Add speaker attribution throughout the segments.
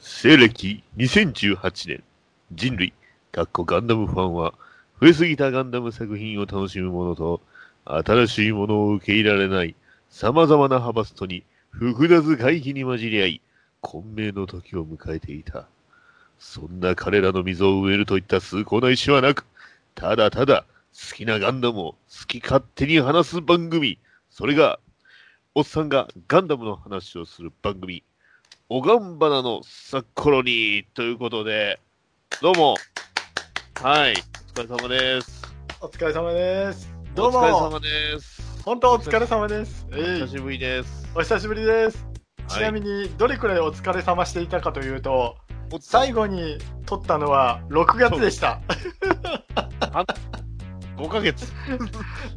Speaker 1: 西暦2018年、人類、かっこガンダムファンは、増えすぎたガンダム作品を楽しむものと、新しいものを受け入れられない、様々なハバストに、複雑回帰に混じり合い、混迷の時を迎えていた。そんな彼らの溝を植えるといった崇高な意志はなく、ただただ好きなガンダムを好き勝手に話す番組、それが、おっさんがガンダムの話をする番組、おがんばなの札幌に、ということで、どうも、はい、お疲れ様です。
Speaker 2: お疲れ様です。どう
Speaker 1: お疲
Speaker 2: も、
Speaker 1: れ様です。
Speaker 2: 本当お疲れ様です。
Speaker 1: お
Speaker 2: えい
Speaker 1: 久しぶりです。
Speaker 2: お久しぶりです。ちなみ
Speaker 1: に、
Speaker 2: に、どれくらいお疲れ様していたかというと、
Speaker 1: おっと
Speaker 2: 最後に撮ったのは6月でした。
Speaker 1: 5ヶ月。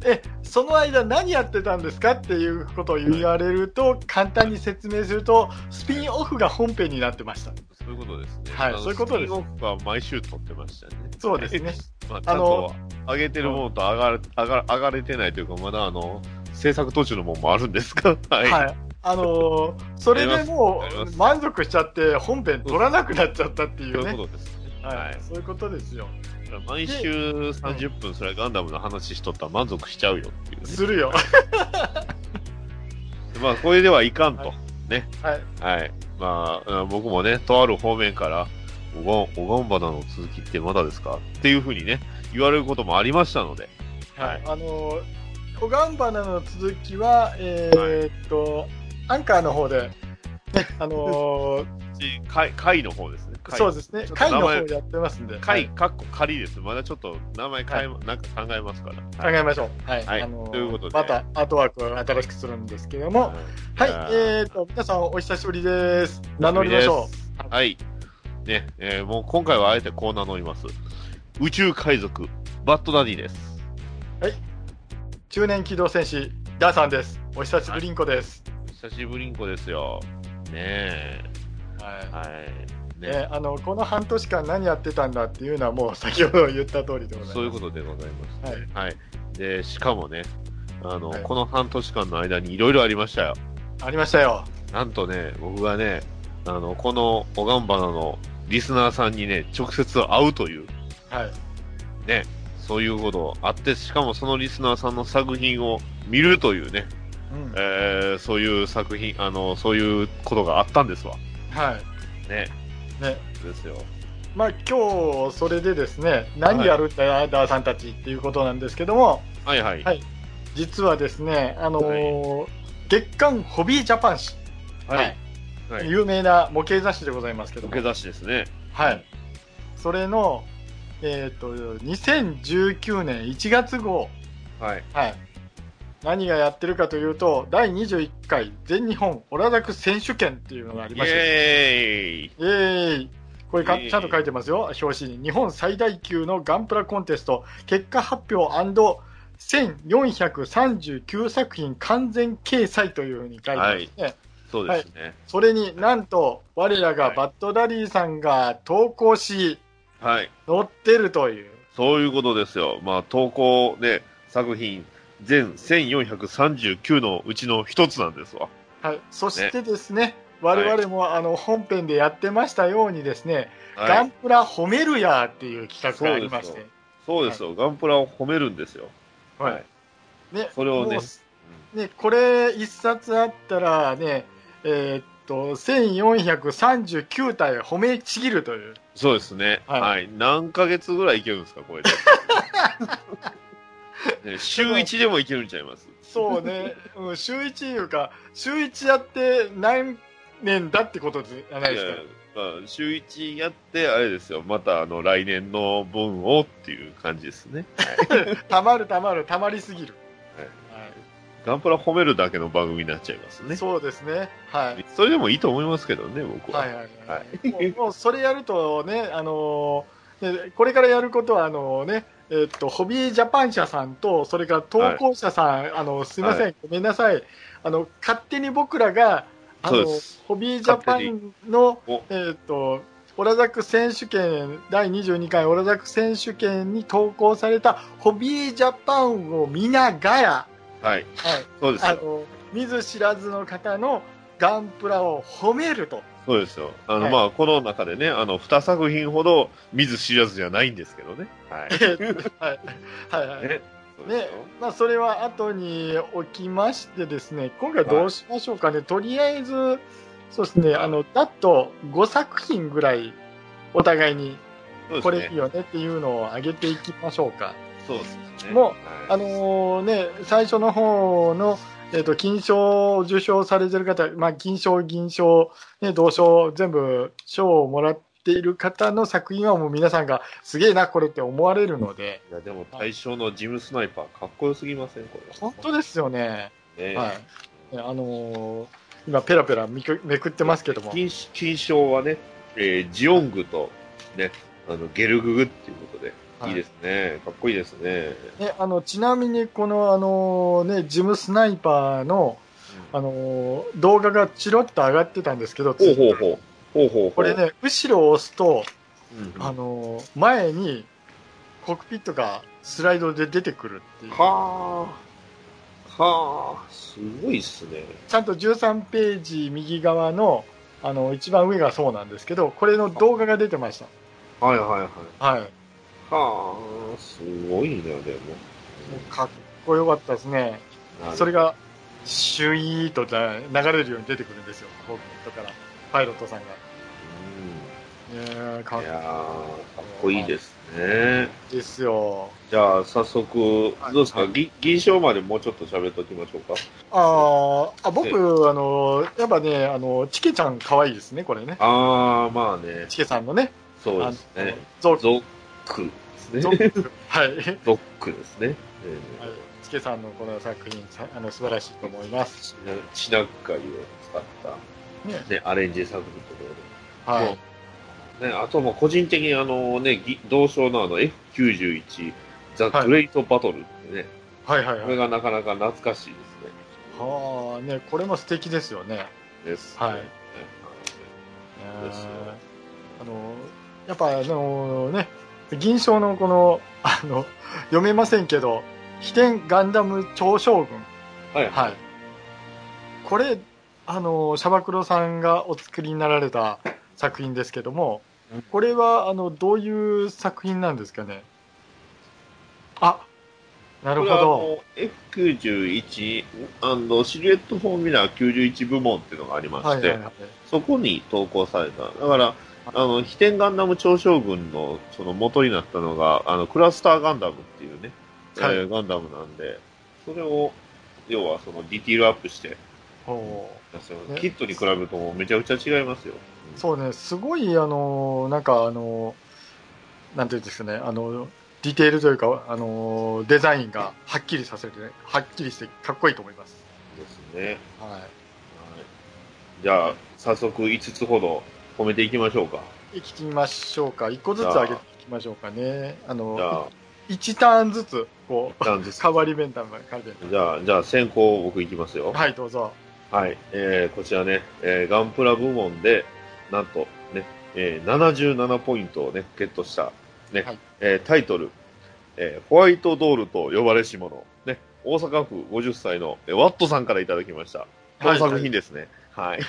Speaker 2: え、その間何やってたんですかっていうことを言われると、簡単に説明すると、スピンオフが本編になってました。
Speaker 1: そういうことですね。
Speaker 2: は
Speaker 1: あ
Speaker 2: い
Speaker 1: の
Speaker 2: そういうこと
Speaker 1: ス
Speaker 2: です
Speaker 1: ピンオフは毎週撮ってましたね。
Speaker 2: そうですね。
Speaker 1: まあ、ちゃんと上げてるものと上がれ上が上がれてないというか、まだあの、制作途中のものもあるんですかはい。
Speaker 2: はい。あのーそれでも
Speaker 1: あります
Speaker 2: う満足しちゃって、本編撮らなくなっちゃったってい
Speaker 1: そういう
Speaker 2: うね。
Speaker 1: ことですね。
Speaker 2: は
Speaker 1: はいい。。
Speaker 2: そういうことですよ。
Speaker 1: だから毎週30分、それはガンダムの話しとったら満足しちゃうよっていうね。
Speaker 2: す るよ。
Speaker 1: まあ、これではいかんと。
Speaker 2: は
Speaker 1: はいい。
Speaker 2: はい。
Speaker 1: まあ、うん僕もね、とある方面から、おがん、おがんばなの続きってまだですかっていうふうにね、言われることもありましたので。はい。
Speaker 2: あのー、おがんばなの続きは、えー
Speaker 1: はい
Speaker 2: えーっと、アンカーの方で、ね、あのー
Speaker 1: 会、会の方ですね。会
Speaker 2: そうです
Speaker 1: ち
Speaker 2: ね
Speaker 1: ょ、っと
Speaker 2: 会の
Speaker 1: 名
Speaker 2: 方
Speaker 1: 前
Speaker 2: やってますんで、
Speaker 1: 会、
Speaker 2: はい
Speaker 1: かっこ仮です。まだちょっと名前変え、なんか考えますから。
Speaker 2: 考えましょう。はい。
Speaker 1: はい
Speaker 2: あのー
Speaker 1: ということで
Speaker 2: また、アートワークを新しくするんですけども、は
Speaker 1: はい
Speaker 2: い。えーっと、皆さんお久しぶりです。
Speaker 1: 名
Speaker 2: 名乗
Speaker 1: 乗
Speaker 2: り
Speaker 1: り
Speaker 2: ま
Speaker 1: ま
Speaker 2: し
Speaker 1: し
Speaker 2: ょ
Speaker 1: ょ
Speaker 2: う。
Speaker 1: う。はい。ね、えーもう今回はあえてこう名乗ります。宇宙海賊、バッドダディです。
Speaker 2: 中年機動戦士、ダーさんです。お久しぶりんこです。
Speaker 1: 久しぶりんこですよ。ね
Speaker 2: は
Speaker 1: え。
Speaker 2: い。
Speaker 1: はい。ね
Speaker 2: ね、あのこの半年間何やってたんだっていうのはもう先ほど言った通りでございます。
Speaker 1: そういうことでございます。
Speaker 2: はい。
Speaker 1: はい。で、しかもね、あの、
Speaker 2: はい
Speaker 1: この半年間の間にいろいろありましたよ。
Speaker 2: ありましたよ。
Speaker 1: なんとね、僕がね、あの、このおがんばなのリスナーさんにね、直接会うという、
Speaker 2: はい。
Speaker 1: ね、そういうことをあって、しかもそのリスナーさんの作品を見るというね、
Speaker 2: うん。
Speaker 1: えーそういう作品、あの、そういうことがあったんですわ。
Speaker 2: はい。
Speaker 1: ね。
Speaker 2: ね。
Speaker 1: ですよ。
Speaker 2: まあ今日それでですね、何やるんだよ、ダーさんたちっていうことなんですけども、
Speaker 1: はいはい。
Speaker 2: はい実はですね、あのー月刊ホビージャパン誌、
Speaker 1: はい。はい。
Speaker 2: 有名な模型雑誌でございますけど
Speaker 1: 受
Speaker 2: も
Speaker 1: け、出しですね。
Speaker 2: はい。それの、えっ、と、2019年1月号、
Speaker 1: はい。
Speaker 2: はい。何がやってるかというと、第21回全日本オラダク選手権っていうのがあり
Speaker 1: イ
Speaker 2: まして、
Speaker 1: エーイ
Speaker 2: イエーイこれか
Speaker 1: イエーイ
Speaker 2: ちゃんと書いてますよ、表紙に。日本最大級のガンプラコンテスト、結果発表 &1439 作品完全掲載というふうに書いてますね。
Speaker 1: そうですね。
Speaker 2: それになんと、我らがバッドダディさんが投稿し、
Speaker 1: はい
Speaker 2: 載ってるという。
Speaker 1: そういうことですよ。まあ、投稿ね、作品、全1439のうちの一つなんですわ。
Speaker 2: はい。そしてですね、我々もあの本編でやってましたようにですね、ガ
Speaker 1: は
Speaker 2: ン
Speaker 1: い。
Speaker 2: プラ褒めるやーっていう企画がありまし
Speaker 1: そう
Speaker 2: て
Speaker 1: で、そうですよ。ガンプラを褒めるんですよ。
Speaker 2: はい
Speaker 1: はい
Speaker 2: ね、
Speaker 1: それをね
Speaker 2: もうねこれ一冊あったらね、えーっと1439体褒めちぎるという、
Speaker 1: そうですね。
Speaker 2: は
Speaker 1: はいい。何ヶ月ぐらいいけるんですか、こ れで。ね週一でもいけるんちゃいます。
Speaker 2: そうね、 うん、週一いうか週一やって何年だってことじゃないですか。
Speaker 1: いやまあ、週一やって、あれですよ。また、あの、来年の分をっていう感じですね。
Speaker 2: たまるたまるたまりすぎる。
Speaker 1: ガンプラ褒めるだけの番組になっちゃいます
Speaker 2: はい、
Speaker 1: ね。
Speaker 2: そうですね。はい。
Speaker 1: それでもいいと思いますけどね、僕は。
Speaker 2: はいはいはい。もうもうそれやるとね、あのーねこれからやることは、あのね、えっと、ホビージャパン社さんと、それから投稿者さん、あの、すいません、
Speaker 1: は
Speaker 2: ごめんなさい。あの、勝手に僕らが、あ
Speaker 1: そ
Speaker 2: の
Speaker 1: うです、
Speaker 2: ホビージャパンの
Speaker 1: お、
Speaker 2: えっと、オラザク選手権、第22回オラザク選手権に投稿されたホビージャパンを見ながら、
Speaker 1: はい。
Speaker 2: はい、
Speaker 1: そうです
Speaker 2: あ
Speaker 1: よ。
Speaker 2: の、見ず知らずの方のガンプラを褒めると。
Speaker 1: そうですよ。あの、
Speaker 2: はい
Speaker 1: まあ、この中でね、あの、二作品ほど見ず知らずじゃないんですけどね。はい。
Speaker 2: はいはいは
Speaker 1: ねそう
Speaker 2: い。
Speaker 1: です
Speaker 2: ね
Speaker 1: よ
Speaker 2: まあ、それは後に起きましてですね、今回どうしましょうかね、とりあえず、そうですね、あの、だと5作品ぐらい、お互いに
Speaker 1: そ
Speaker 2: こ
Speaker 1: うで
Speaker 2: れ
Speaker 1: す
Speaker 2: いい
Speaker 1: ね。
Speaker 2: よねっていうのを上げていきましょうか。
Speaker 1: そうですね。
Speaker 2: もう
Speaker 1: はい、
Speaker 2: あのね、最初の方の、えっ、と、金賞を受賞されてる方、まあ、金賞、銀賞、ね、銅賞、全部賞をもらっている方の作品はもう皆さんがすげえな、これって思われるので、
Speaker 1: いや、でも対象のジムスナイパー、かっこよすぎません、これ。
Speaker 2: 本当ですよね。
Speaker 1: ね
Speaker 2: はい。ねあのー今、ペラペラめくめくってますけども。
Speaker 1: 金金賞はね、えージオングと、ね、あの、ゲルググっていうことで、
Speaker 2: はい
Speaker 1: いいですね。かっこいいですね。
Speaker 2: ね、あの、ちなみに、この、あのーね、ジムスナイパーの、あのー動画がチロッと上がってたんですけど、
Speaker 1: ほうほうほう。ほうほうほう。
Speaker 2: これ、ね、後ろを押すと、
Speaker 1: うん、
Speaker 2: あ
Speaker 1: は
Speaker 2: のー前に、コックピットがスライドで出てくるっていう。
Speaker 1: あ。はあ。すごいっすね。
Speaker 2: ちゃんと13ページ右側の、あの、一番上がそうなんですけど、これの動画が出てまし
Speaker 1: はいはいはい。
Speaker 2: た。はい。も
Speaker 1: はあ、すごいな、でも。
Speaker 2: うかっこよかったですね。それ
Speaker 1: が。
Speaker 2: が、シュイーとだ流れるように出てくるんですよ、コックから、パイロットさんが。ねえか
Speaker 1: う
Speaker 2: っ
Speaker 1: ん、い
Speaker 2: こ
Speaker 1: やーかっこいいですね。
Speaker 2: いいですよ。
Speaker 1: じゃあ、早速、
Speaker 2: はい
Speaker 1: どうですか、
Speaker 2: はい
Speaker 1: ぎ銀賞までもうちょっと喋っときましょうか。
Speaker 2: あーあ、僕、
Speaker 1: え
Speaker 2: あの、やっぱね、あの、チケちゃん可愛いですね、これね。
Speaker 1: あー、まあね、
Speaker 2: チケさんのね。
Speaker 1: そうですね。
Speaker 2: あの。ゾ
Speaker 1: ゾックですね。
Speaker 2: ゾ
Speaker 1: ゾッ
Speaker 2: はい。はい
Speaker 1: クですね。
Speaker 2: チケさんのこの作品、さあの素晴らしいと思います。
Speaker 1: チナッカイを使っ
Speaker 2: ね
Speaker 1: た、ね、アレンジ作品とか
Speaker 2: は
Speaker 1: そ。
Speaker 2: いう
Speaker 1: ね、あともう個人的にあのね、ぎ同賞のあの F91、ザ・
Speaker 2: はい
Speaker 1: グレイト・バトルってね、
Speaker 2: はいはい
Speaker 1: こ
Speaker 2: は
Speaker 1: れ
Speaker 2: い。
Speaker 1: がなかなか懐かしいですね。
Speaker 2: はあ、ね、これも素敵ですよね。
Speaker 1: です、
Speaker 2: はい
Speaker 1: ねそうですよ
Speaker 2: あのやっぱあのね銀賞のこの あの読めませんけど「飛天ガンダム超将軍
Speaker 1: はい。」
Speaker 2: はいこれあのシャバクロさんがお作りになられた作品ですけどもこれはあのどういう作品なんですかねあなる
Speaker 1: これ
Speaker 2: ほ
Speaker 1: はあ
Speaker 2: ど
Speaker 1: の F91& シルエットフォーミュラー91部門っていうのがありまして、
Speaker 2: はいはいはい
Speaker 1: そこに投稿された。だから、あの、飛天ガンダム超将軍のその元になったのが、あの、クラスターガンダムっていうね、
Speaker 2: はい
Speaker 1: えーガンダムなんで、それを、要はそのディティールアップして、
Speaker 2: ほう
Speaker 1: 出してます
Speaker 2: ね
Speaker 1: キットに比べるともうめちゃくちゃ違いますよ。
Speaker 2: そうね、すごい、あの、なんか、あの、なんていうんですかね、あの、ディテールというか、あの、デザインがはっきりさせてね、はっきりしてかっこいいと思います。
Speaker 1: ですね。
Speaker 2: は
Speaker 1: はいじゃあ、早速5つほど褒めていきましょうか。
Speaker 2: い。いきましょうか。一個ずつ上げていきましょうかね。
Speaker 1: じゃ
Speaker 2: あの、
Speaker 1: あ、
Speaker 2: 一ターンずつ、こ
Speaker 1: 一旦ず
Speaker 2: う、
Speaker 1: つ
Speaker 2: 変わり弁当が変わり弁
Speaker 1: じゃあ、じゃあ先行僕いきます
Speaker 2: 当
Speaker 1: よ。
Speaker 2: はい、どうぞ。
Speaker 1: はい。えー、こちらね、えーガンプラ部門で、なんとね、えー、77ポイントをね、ゲットした、ね、
Speaker 2: はい
Speaker 1: えータイトル、えーホワイトドールと呼ばれし者、ね、大阪府50歳の、えーワットさんからいただきました。この
Speaker 2: はい
Speaker 1: 作品ですね。はい。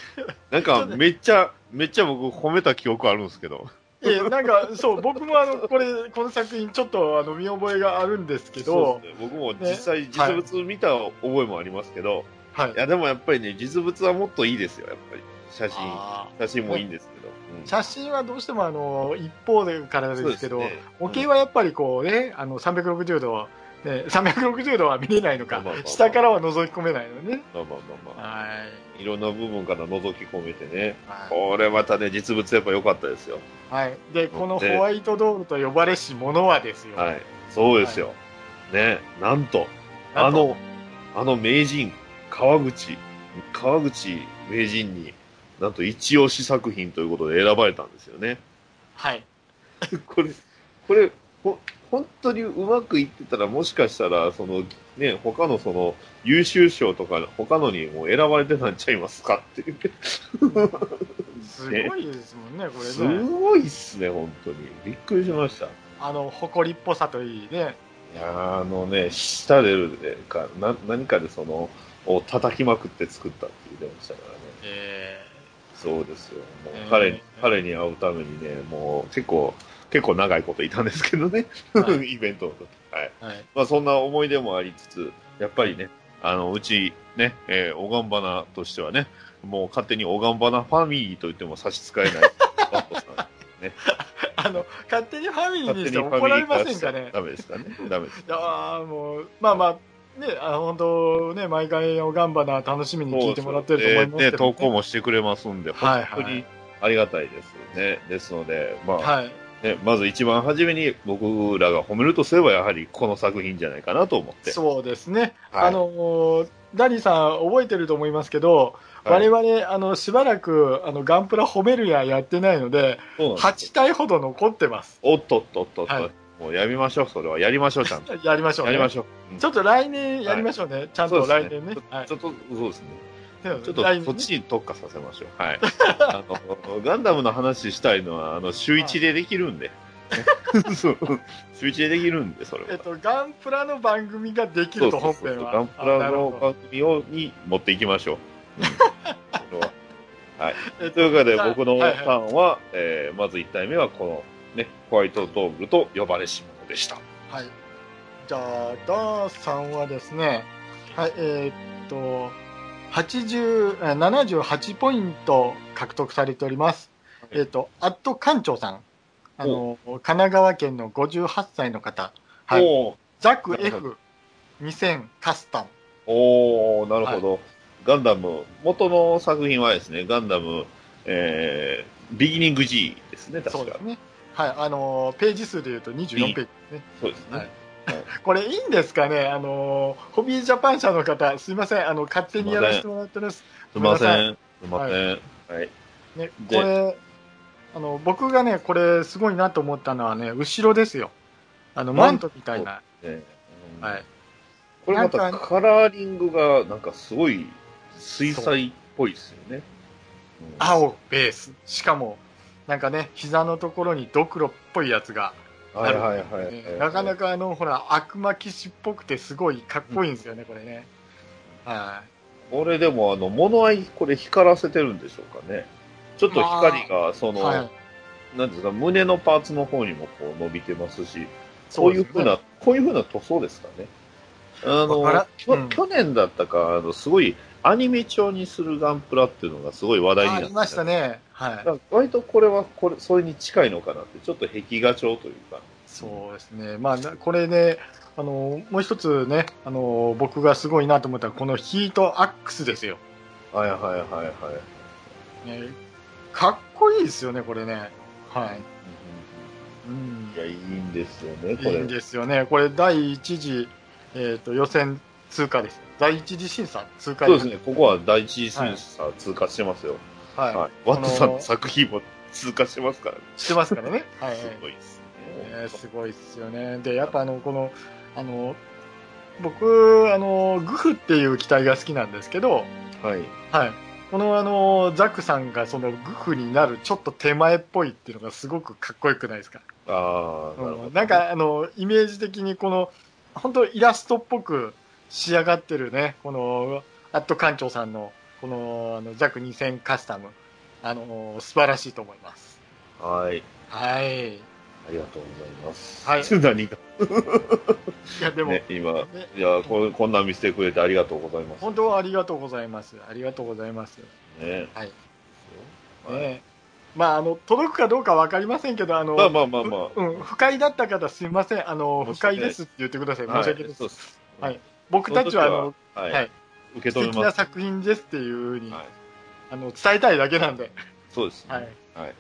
Speaker 1: なんか、めっちゃ、めっちゃ僕褒めた記憶あるんですけど。
Speaker 2: ええなんか、そう、僕もあの、これ、この作品、ちょっと、あの、見覚えがあるんですけ
Speaker 1: そう
Speaker 2: ど、
Speaker 1: ですね。僕も実際、実物見た覚えもありますけど、
Speaker 2: はい
Speaker 1: い、。や、でもやっぱりね、実物はもっといいですよ、やっぱり。写真。
Speaker 2: あー
Speaker 1: 写真もいいんですけど。うん
Speaker 2: 写真はどうしても、あの、一方でからですけど、
Speaker 1: そうね
Speaker 2: 模型はやっぱりこうね、あの360度は、ね、360度は見れないのか
Speaker 1: まあまあま、あ
Speaker 2: 下からは覗き込めないのね。
Speaker 1: うんまあまあまあまあ
Speaker 2: はい。
Speaker 1: いろんな部分から覗き込めてね。
Speaker 2: は
Speaker 1: これまたね、実物やっぱ良かったですよ。
Speaker 2: い。はい、で、このホワイトドールと呼ばれし者はですよ。
Speaker 1: はい。そうですよ。ね、なんと、
Speaker 2: な
Speaker 1: あ
Speaker 2: んと、
Speaker 1: の、あの名人、川口、川口名人に、なんと一押し作品ということで選ばれたんですよね。
Speaker 2: はい。
Speaker 1: これ、これ、ほ本当にうまくいってたら、もしかしたら、その、ね、他のその、優秀賞とか、他のにもう選ばれてたんちゃいますかっていう。
Speaker 2: すごいですもんね、こ
Speaker 1: す
Speaker 2: れね。
Speaker 1: ごいっすね、本当に。びっくりしました。い
Speaker 2: あの、誇りっぽさといいね。
Speaker 1: やーあのね、シタレルでかな、何かでその、を叩きまくって作ったって言ってましたからね。
Speaker 2: えー
Speaker 1: そうですよ。もう
Speaker 2: えー
Speaker 1: 彼に、彼に会うためにね、もう結構、結構長いこといたんですけどね、
Speaker 2: は
Speaker 1: イベントの時。はい。
Speaker 2: はい。
Speaker 1: まあそんな思い出もありつつ、やっぱりね、あの、うちね、えー、おがんばなとしてはね、もう勝手におがんばなファミリーと言っても差し支え ない。バットさん
Speaker 2: あの、勝手にファミリーに
Speaker 1: 勝手
Speaker 2: し
Speaker 1: に
Speaker 2: て
Speaker 1: ファ
Speaker 2: 怒
Speaker 1: ミ
Speaker 2: ら
Speaker 1: リ
Speaker 2: れ
Speaker 1: ー化
Speaker 2: ません
Speaker 1: しちゃ
Speaker 2: かね。
Speaker 1: ダメですかね。ダメです。
Speaker 2: いやーもう、まあまあ、ね、あの、本当ね、毎回おがんばな楽しみに聞いてもらってると思います
Speaker 1: で
Speaker 2: けど、ね。
Speaker 1: 投稿もしてくれますんで、
Speaker 2: は
Speaker 1: 本
Speaker 2: いはい
Speaker 1: 当にありがたいですね。ですので、まあ、
Speaker 2: はい。
Speaker 1: ね、まず一番初めに僕らが褒めるとすれば、やはりこの作品じゃないかなと思って。
Speaker 2: そうですね。
Speaker 1: はい
Speaker 2: あのー、ダリーさん覚えてると思いますけど、
Speaker 1: はい
Speaker 2: 我々、あの、しばらく、あの、ガンプラ褒めるややってないので、
Speaker 1: そうなんです
Speaker 2: 8体ほど残ってます。
Speaker 1: おっとっとっとっと、
Speaker 2: はい
Speaker 1: もうやめましょう、それは。やりましょう、ちゃんと。
Speaker 2: やりましょう、
Speaker 1: や
Speaker 2: ね。
Speaker 1: りましょう。うん
Speaker 2: ちょっと来年やりましょうね。ちゃん
Speaker 1: そう
Speaker 2: と
Speaker 1: です
Speaker 2: 来年ね。はい
Speaker 1: ちょ。っと、そうですね。
Speaker 2: ちょ
Speaker 1: ちょっと、そっちに特化させましょう。 はい。あの、ガンダムの話したいのは、あの、週一でできるんで。ね そう週一でできるんで、それは。
Speaker 2: えっと、ガンプラの番組ができると本編は。
Speaker 1: そうそうそうガンプ
Speaker 2: あな
Speaker 1: ラ
Speaker 2: る
Speaker 1: の
Speaker 2: ほど
Speaker 1: 番組をに持っていきましょう。うんそれは
Speaker 2: えっ
Speaker 1: というわけで、
Speaker 2: さ
Speaker 1: 僕の
Speaker 2: はい
Speaker 1: ターンは、えーまず1体目はこの、ね、ホワイトドーブルと呼ばれし者でした。
Speaker 2: はい。じゃあ、ダーさんはですね、はい、えーっと、80えー78ポイント獲得されております。
Speaker 1: い
Speaker 2: えーっと、アット館長さん。あの、神奈川県の58歳の方。はい。
Speaker 1: おー
Speaker 2: ザク
Speaker 1: なるほ
Speaker 2: F2000 カスタム。
Speaker 1: おーなるほど、ガンダム、元の作品はですね、ガンダム、えービギニング G ですね、確か。
Speaker 2: そうですね。はい。あの、ページ数で言うと24ページですね。
Speaker 1: そうですね
Speaker 2: はいこれいいんですかねあの、ホビージャパン社の方、すいません。あの、勝手にやらせてもらってます。
Speaker 1: すいませ
Speaker 2: ごめ
Speaker 1: ん。すいません。はい。
Speaker 2: ね、こ
Speaker 1: で
Speaker 2: れあの僕がねこれすごいなと思ったのはね後ろですよあのマントみたいな、
Speaker 1: ねうん
Speaker 2: はい、
Speaker 1: これま
Speaker 2: な
Speaker 1: た
Speaker 2: んか
Speaker 1: カラーリングがなんかすごい水彩っぽいですよね。うん
Speaker 2: 青ベースしかもなんかね膝のところにドクロっぽいやつが、
Speaker 1: はいはいはい
Speaker 2: ねなかなかあのほら悪魔騎士っぽくてすごいかっこいいんですよね、これねは
Speaker 1: これでもあの物合いこれ光らせてるんでしょうかねちょっと光がそ
Speaker 2: い、
Speaker 1: の、
Speaker 2: はい、
Speaker 1: なんですか胸のパーツの方にもこう伸びてますしこ
Speaker 2: そう
Speaker 1: いう
Speaker 2: です
Speaker 1: ふう
Speaker 2: ね
Speaker 1: な、こういうふうな塗装ですかねあの、
Speaker 2: わから
Speaker 1: きょ
Speaker 2: うん
Speaker 1: 去年だったかあのすごいアニメ調にするガンプラっていうのがすごい話題にな
Speaker 2: あ
Speaker 1: って
Speaker 2: りましたねは
Speaker 1: だか
Speaker 2: い
Speaker 1: ら割とこれはこれそれに近いのかなってちょっと壁画調というか
Speaker 2: そうですね、まあ、なこれね、あのもう一つねあの、僕がすごいなと思ったのは、このヒートアックスですよ、
Speaker 1: はいはいはいはい
Speaker 2: ね、かっこいいですよね、これね、はいうん
Speaker 1: いやいいんですよねこ
Speaker 2: いい
Speaker 1: れ
Speaker 2: んですよね、これ、第一次、えー、と予選通過です、第一次審査通過
Speaker 1: そう
Speaker 2: で
Speaker 1: ですすねここは第一審査通過してますよ、
Speaker 2: はい
Speaker 1: はい、ワットさん
Speaker 2: あの
Speaker 1: の作品も通過してますからね。
Speaker 2: してますか らね、はい
Speaker 1: すごいです
Speaker 2: ね
Speaker 1: ね。
Speaker 2: すごいですよね、でやっぱあのこのあの僕あの、グフっていう機体が好きなんですけど、
Speaker 1: はい。
Speaker 2: はい、このあのザクさんがそのグフになるちょっと手前っぽいっていうのがすごくかっこよくないですか、
Speaker 1: ああ、なるほ
Speaker 2: う
Speaker 1: ど。
Speaker 2: ん、なん、かあのイメージ的にこの本当イラストっぽく仕上がってるねこのアット館長さんのこのあのザク2000カスタムあの素晴らしいと思います
Speaker 1: はい。あ
Speaker 2: はいい
Speaker 1: りがとうございます。
Speaker 2: はい
Speaker 1: 何か。
Speaker 2: やでも、
Speaker 1: ね、今、
Speaker 2: ね
Speaker 1: いやこ、こんな見せてくれてありがとうございます。
Speaker 2: 本当はありがとうございますありがとうございます、
Speaker 1: ね。
Speaker 2: はい
Speaker 1: はい。
Speaker 2: ねまああの届くかどうか分かりませんけどあの、
Speaker 1: まあまあまあまあ。
Speaker 2: うん、不快だった方すみません。あの、
Speaker 1: 申
Speaker 2: 不
Speaker 1: し訳
Speaker 2: 快
Speaker 1: ない
Speaker 2: ですって言ってください。申
Speaker 1: は
Speaker 2: し
Speaker 1: い
Speaker 2: 訳ないです。
Speaker 1: そうです。
Speaker 2: はい僕たちは、あの、
Speaker 1: その時は、はい、
Speaker 2: はい
Speaker 1: 受
Speaker 2: 素
Speaker 1: け止
Speaker 2: 敵
Speaker 1: めま
Speaker 2: な
Speaker 1: す。
Speaker 2: 作品ですっていうふうに、
Speaker 1: はい。
Speaker 2: あの、伝えたいだけなんで。
Speaker 1: そうです、ね。
Speaker 2: はい。
Speaker 1: はい。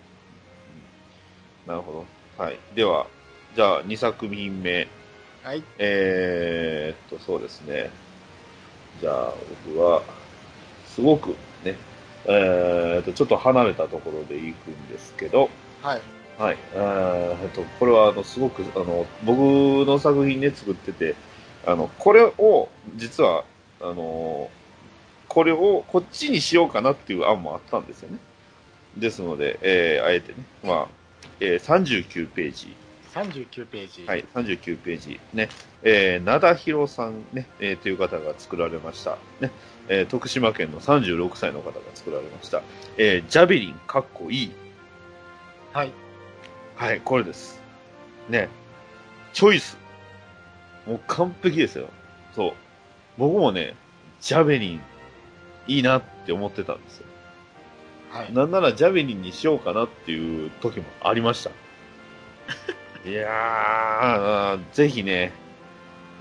Speaker 1: なるほど。はい。では、じゃあ、2作品目。
Speaker 2: はい。
Speaker 1: えーっと、そうですね。じゃあ、僕は、すごくね、えーっと、ちょっと離れたところで行くんですけど、
Speaker 2: はい。
Speaker 1: はい。えーっと、これは、あの、すごく、あの、僕の作品で作ってて、あの、これを、実は、あの、これをこっちにしようかなっていう案もあったんですよね。ですので、えーあえてね、まあ、えー39ページ
Speaker 2: 39ページ。
Speaker 1: はい、39ページ、ねえー、灘広さん、ねえーという方が作られました、ねえー徳島県の36歳の方が作られました、えージャベリンかっこいい、
Speaker 2: はい
Speaker 1: はい、これです、ね、チョイス、もう完璧ですよ、そう僕もね、ジャベリン、いいなって思ってたんですよ、
Speaker 2: はい
Speaker 1: なんならジャベリンにしようかなっていう時もありました。いやー、ぜひね、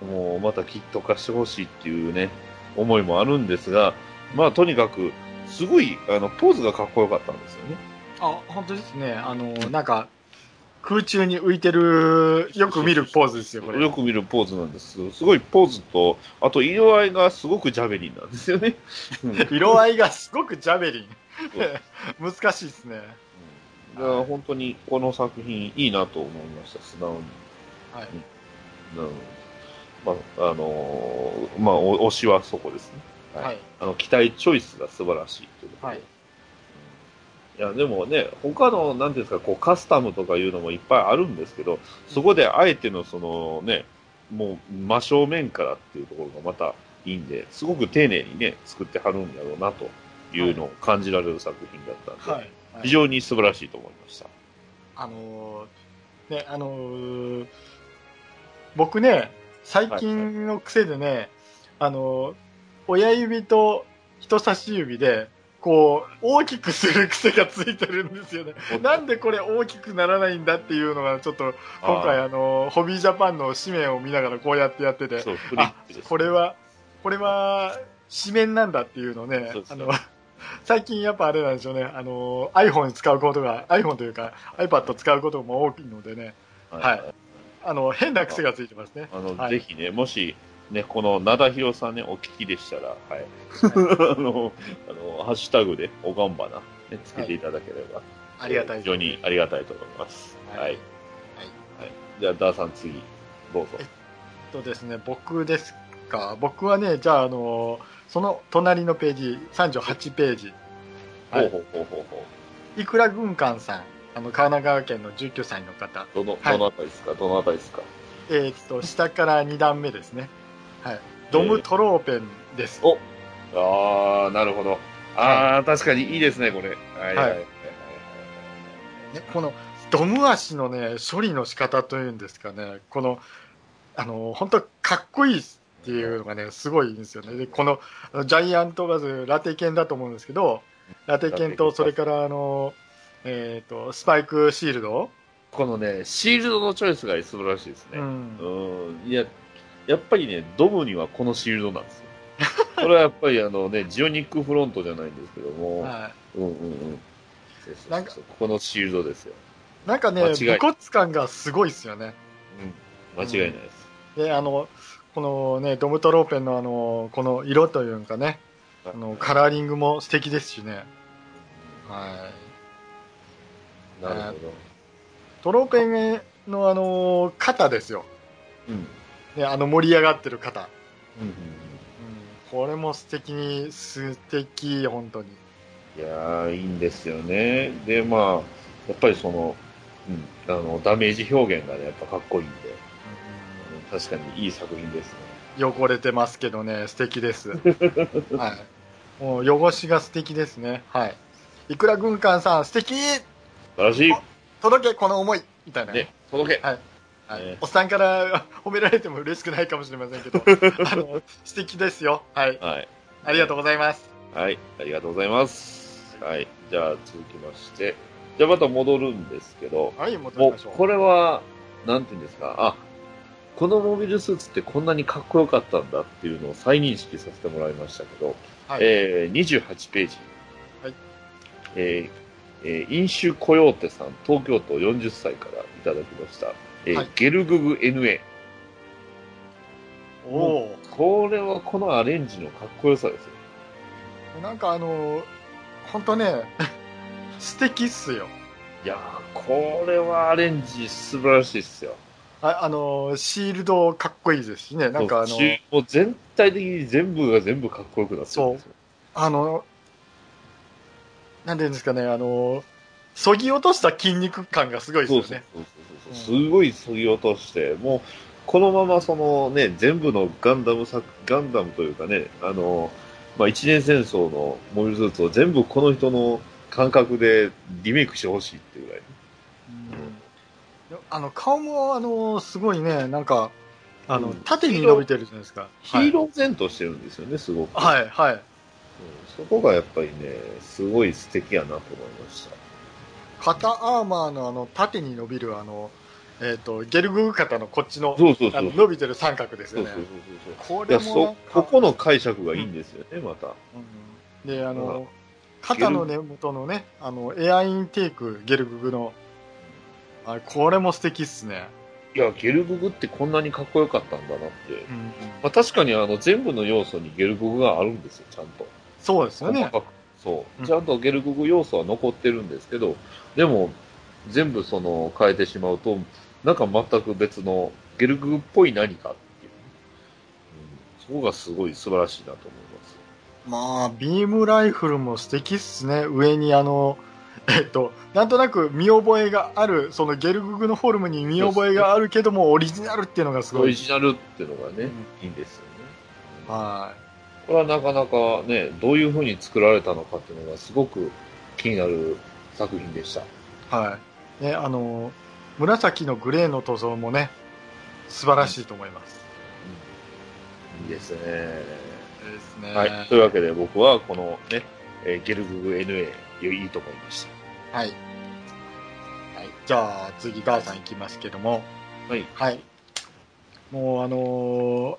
Speaker 1: もうまたキット化してほしいっていうね、思いもあるんですが、まあとにかく、すごい、あの、ポーズがかっこよかったんですよね。
Speaker 2: あ、本当ですね。あの、なんか、空中に浮いてる、よく見るポーズですよ、これ。
Speaker 1: よく見るポーズなんですけど、すごいポーズと、あと色合いがすごくジャベリンなんです よね。うん
Speaker 2: 色合いがすごくジャベリン。難しいですね。
Speaker 1: いや本当にこの作品いいなと思いました、素直に。
Speaker 2: はい
Speaker 1: うんまあ、あのーまあ、お推しはそこですね。はい
Speaker 2: はい。
Speaker 1: あの、期待チョイスが素晴らしいということで
Speaker 2: はい。
Speaker 1: いや、でもね、他の、なんていうんですか、こう、カスタムとかいうのもいっぱいあるんですけど、そこであえての、そのね、もう、真正面からっていうところがまたいいんで、すごく丁寧にね、作ってはるんだろうなというのを感じられる作品だったんで、
Speaker 2: はい。はい
Speaker 1: 非常に素晴らしいと思いました。
Speaker 2: あのーね、あのー僕ね、最近の癖でね、あのー親指と人差し指で、こう、大きくする癖がついてるんですよね。なんでこれ大きくならないんだっていうのが、ちょっと、今回、
Speaker 1: あ
Speaker 2: あのーホビージャパンの紙面を見ながらこうやってやって
Speaker 1: ー
Speaker 2: て、
Speaker 1: そう、フリップです、
Speaker 2: これは、これは、紙面なんだっていうのをね
Speaker 1: そう、そ
Speaker 2: あ
Speaker 1: う
Speaker 2: の、最近やっぱあれなんでしょうね、あの、iPhone 使うことが、iPhone というか iPad 使うことも多いのでね、
Speaker 1: はい、
Speaker 2: はいあの、変な癖がついてますね。
Speaker 1: あの、
Speaker 2: はい
Speaker 1: ぜひね、もし、ね、この、灘広さんね、お聞きでしたら、 はい。あの、あの、ハッシュタグで、おがんばな、ね、つけていただければ、
Speaker 2: ありがたい
Speaker 1: 非
Speaker 2: で
Speaker 1: 常
Speaker 2: す。
Speaker 1: にありがたいと思います。はい。
Speaker 2: は
Speaker 1: はいい。じゃあ、ダーさん次、どうぞ。
Speaker 2: とですね、僕ですか、僕はね、じゃあ、あの、その隣のページ、38ページ、はい
Speaker 1: ほうほうほうほうほ
Speaker 2: いくら軍艦さん、あの、神奈川県の19歳の方、
Speaker 1: う。どの、
Speaker 2: はい
Speaker 1: どのあたりですか、どのあたりですか。
Speaker 2: えーっと、下から2段目ですね。はい。ドムトローペンです。
Speaker 1: おああ、なるほど。ああ、確かにいいですね、これ。はい
Speaker 2: は
Speaker 1: はいいはい。
Speaker 2: ね、このドム足のね処理の仕方というんですかねこのあの本当かっこいいっていうのがねすごいんですよねでこのあのジャイアントバズラテ犬だと思うんですけどラテ犬とそれからあの、えー、とスパイクシールド、
Speaker 1: このね、シールドのチョイスが素晴らしいですね。
Speaker 2: うん
Speaker 1: うんいや、やっぱりね、ドムにはこのシールドなんですよ。 これはやっぱりあのね、ジオニックフロントじゃないんですけども、
Speaker 2: は
Speaker 1: うんうんうん。そうそうそう
Speaker 2: なんか
Speaker 1: ここのシールドですよ。
Speaker 2: い、なんかね
Speaker 1: 間違いな
Speaker 2: 武
Speaker 1: い
Speaker 2: 骨感がすごいですよね
Speaker 1: うん、間違いないです。
Speaker 2: であのこのねドムトローペンのあのこの色というんかねあのカラーリングも素敵ですしね、はい、
Speaker 1: なるほど。
Speaker 2: トロペンのあの肩ですよ、
Speaker 1: うん。
Speaker 2: ね、あの盛り上がってる肩、
Speaker 1: うん
Speaker 2: これも素敵に素敵本当に
Speaker 1: うん、いやー、いいんですよね。で、まあ、やっぱりその、うん、あの、ダメージ表現がね、やっぱかっこいいんで、うん確かにいい作品ですね。
Speaker 2: 汚れてますけどね素敵です はいもう汚しが素敵ですねはいいくら軍艦さん素敵
Speaker 1: 素晴らしい
Speaker 2: 届けこの思いみたいな、
Speaker 1: ね、届け
Speaker 2: はい
Speaker 1: ね
Speaker 2: おっさんから 褒められても嬉しくないかもしれません けどあの素敵ですよはい
Speaker 1: はい。
Speaker 2: ありがとうございます
Speaker 1: はい、ありがとうございます。はい、じゃあ続きまして、じゃあまた戻るんですけど、
Speaker 2: はい戻り
Speaker 1: もう
Speaker 2: ましょう
Speaker 1: これは、なんていうんですか、あこのモビルスーツってこんなにかっこよかったんだっていうのを再認識させてもらいましたけど、
Speaker 2: はい
Speaker 1: えー、28ページ、
Speaker 2: はい
Speaker 1: えーえー飲酒コヨーテさん、東京都40歳からいただきました、えー
Speaker 2: はい
Speaker 1: ゲルググ NA。
Speaker 2: おお
Speaker 1: これはこのアレンジのかっこよさですよ。
Speaker 2: なんかあの本当 ね素敵っすよ
Speaker 1: いやー、これはアレンジ素晴らしいですよ。
Speaker 2: ああのシールドかっこいいですしねなんかあの
Speaker 1: そうもう全体的に全部が全部かっこよくなってるんですよ。
Speaker 2: あのなんていうんですかねあのそぎ落とした筋肉感がすごいです
Speaker 1: そう
Speaker 2: よ
Speaker 1: そうそう
Speaker 2: ね。
Speaker 1: そうそう。すごい削ぎ落として、もう、このままそのね、全部のガンダム作、ガンダムというかね、あの、まあ、一年戦争のモビルスーツを全部この人の感覚でリメイクしてほしいっていうぐらい。
Speaker 2: うんあの顔もあのすごいね、なんかあの、
Speaker 1: うん
Speaker 2: 縦に伸びてるじゃないですか。
Speaker 1: ヒーロー前としてるんですよね、すごく。
Speaker 2: はい、はい、はい。
Speaker 1: うんそこがやっぱりね、すごい素敵やなと思いました。
Speaker 2: 肩アーマーのあの縦に伸びるあの、えっとゲルググ肩のこっちの
Speaker 1: そうそうそ
Speaker 2: あの
Speaker 1: う。
Speaker 2: 伸びてる三角です
Speaker 1: そ
Speaker 2: よ
Speaker 1: うそうそう。そう。
Speaker 2: ねこ
Speaker 1: い
Speaker 2: れ
Speaker 1: や、
Speaker 2: もな
Speaker 1: そ
Speaker 2: ん、か
Speaker 1: ここの解釈がいいんですよね、また。
Speaker 2: うんであ
Speaker 1: うん
Speaker 2: の肩の根元のねあのエアインテークゲルググのあれこれも素敵っすね、
Speaker 1: いや、ゲルググってこんなにかっこよかったんだなって。まあ、確かにあの全部の要素にゲルググがあるんですよ、ちゃんと。
Speaker 2: そうですよね
Speaker 1: 細かくそうう。
Speaker 2: ん
Speaker 1: ちゃんとゲルググ要素は残ってるんですけど、でも、全部その変えてしまうと、なんか全く別のゲルググっぽい何かっていう、うん。そこがすごい素晴らしいなと思います。
Speaker 2: まあビームライフルも素敵っすね上にあのえっとなんとなく見覚えがあるそのゲルググのフォルムに見覚えがあるけどもオリジナルっていうのがす
Speaker 1: オ
Speaker 2: ご
Speaker 1: リ
Speaker 2: い
Speaker 1: ジナルっていうのがね、
Speaker 2: うん
Speaker 1: いいんですよね。うん
Speaker 2: は
Speaker 1: これはなかなかね、どういうふうに作られたのかっていうのがすごく気になる作品でした。
Speaker 2: いはいねあの紫のグレーの塗装もね素晴らしいと思います、
Speaker 1: いいですね。
Speaker 2: ですね
Speaker 1: はい。というわけで僕はこのね、えーゲルググ NA、いいと思いました。
Speaker 2: はい。はい、じゃあ次、ダーさんいきますけども、
Speaker 1: はい。
Speaker 2: はい。もうあの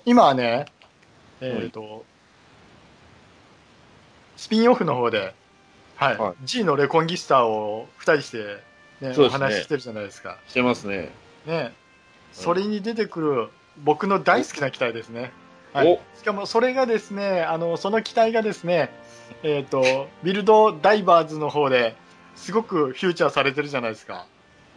Speaker 2: ー今はね、えっ、と、スピンオフの方で、はい、
Speaker 1: はい
Speaker 2: G のレコンギスタを2人して、ね
Speaker 1: そうですね
Speaker 2: お話ししてるじゃないですか。
Speaker 1: してますね。
Speaker 2: ね。それに出てくる僕の大好きな機体ですね。はい、しかもそれがですね、あの、その機体がですね、えっ、と、ビルドダイバーズの方ですごくフューチャーされてるじゃないですか。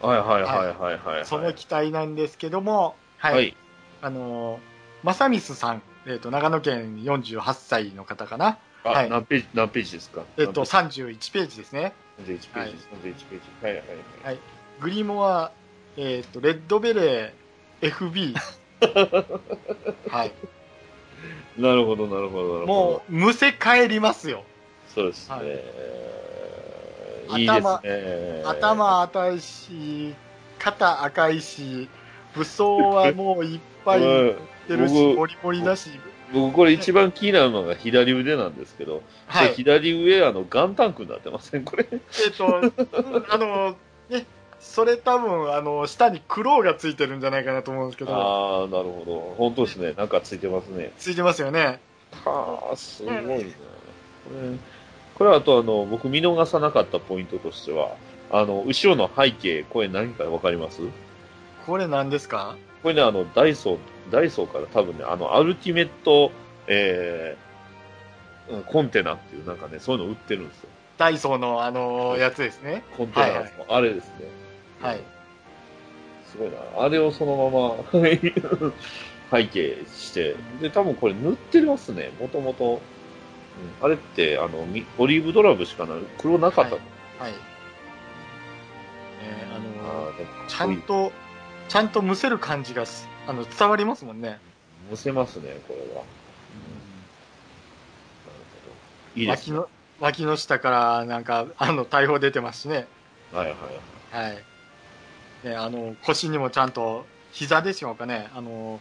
Speaker 1: おはいはいはいはいはい、はい。
Speaker 2: その機体なんですけども、
Speaker 1: は
Speaker 2: は。
Speaker 1: いい。はい。
Speaker 2: あの、マサミスさん、えっ、と、長野県48歳の方かな。
Speaker 1: あ、
Speaker 2: はい
Speaker 1: 何ページ、何ページですか
Speaker 2: えっ、と、31ページですね。
Speaker 1: 31ページです。31ページ。はいはいはい。
Speaker 2: グリモア、えっ、と、レッドベレー FB。はい。
Speaker 1: なるほどなるほどなるほど。
Speaker 2: もう、むせ返りますよ。
Speaker 1: そうですね。
Speaker 2: はいい、
Speaker 1: い
Speaker 2: 頭
Speaker 1: ですね。
Speaker 2: 頭赤いし、肩赤いし、武装はもういっぱい売ってる
Speaker 1: う
Speaker 2: し、
Speaker 1: ん
Speaker 2: モリモリだし、
Speaker 1: 僕これ一番気になるのが左腕なんですけど、
Speaker 2: は
Speaker 1: これ
Speaker 2: い。
Speaker 1: 左上あのガンタンクになってませんこれ。
Speaker 2: えっ、と、うんあの、ね、それ多分、あの、下にクローがついてるんじゃないかなと思うんですけど、
Speaker 1: ああ、なるほど。本当ですね。なんかついてますね。
Speaker 2: ついてますよね。
Speaker 1: はあ、すごいな。これ、これあとあの、僕見逃さなかったポイントとしては、あの、後ろの背景、これ何かわかります
Speaker 2: これ何ですか
Speaker 1: これね、あの、ダイソー、ダイソーから多分ね、あの、アルティメット、えー、うんコンテナっていう、なんかね、そういうの売ってるんですよ。
Speaker 2: ダイソーのあの、やつですね。
Speaker 1: コンテナの、あれですね。
Speaker 2: はい。
Speaker 1: すごいな。あれをそのま ま背景して、で、多分これ塗ってますね、もともと。うんあれって、あの、みオリーブドラブしかない、黒なかった。
Speaker 2: はいはい。ねあの、
Speaker 1: あーでも
Speaker 2: ちゃんと、ちゃんとむせる感じがし、あの、伝わりますもんね。
Speaker 1: むせますね、これは。うんなるほどいいです
Speaker 2: 脇
Speaker 1: ね。
Speaker 2: の脇の下からなんかあの大砲出てますしね,、
Speaker 1: はいはい。
Speaker 2: はい、ねあの腰にもちゃんと膝でしょうかねあの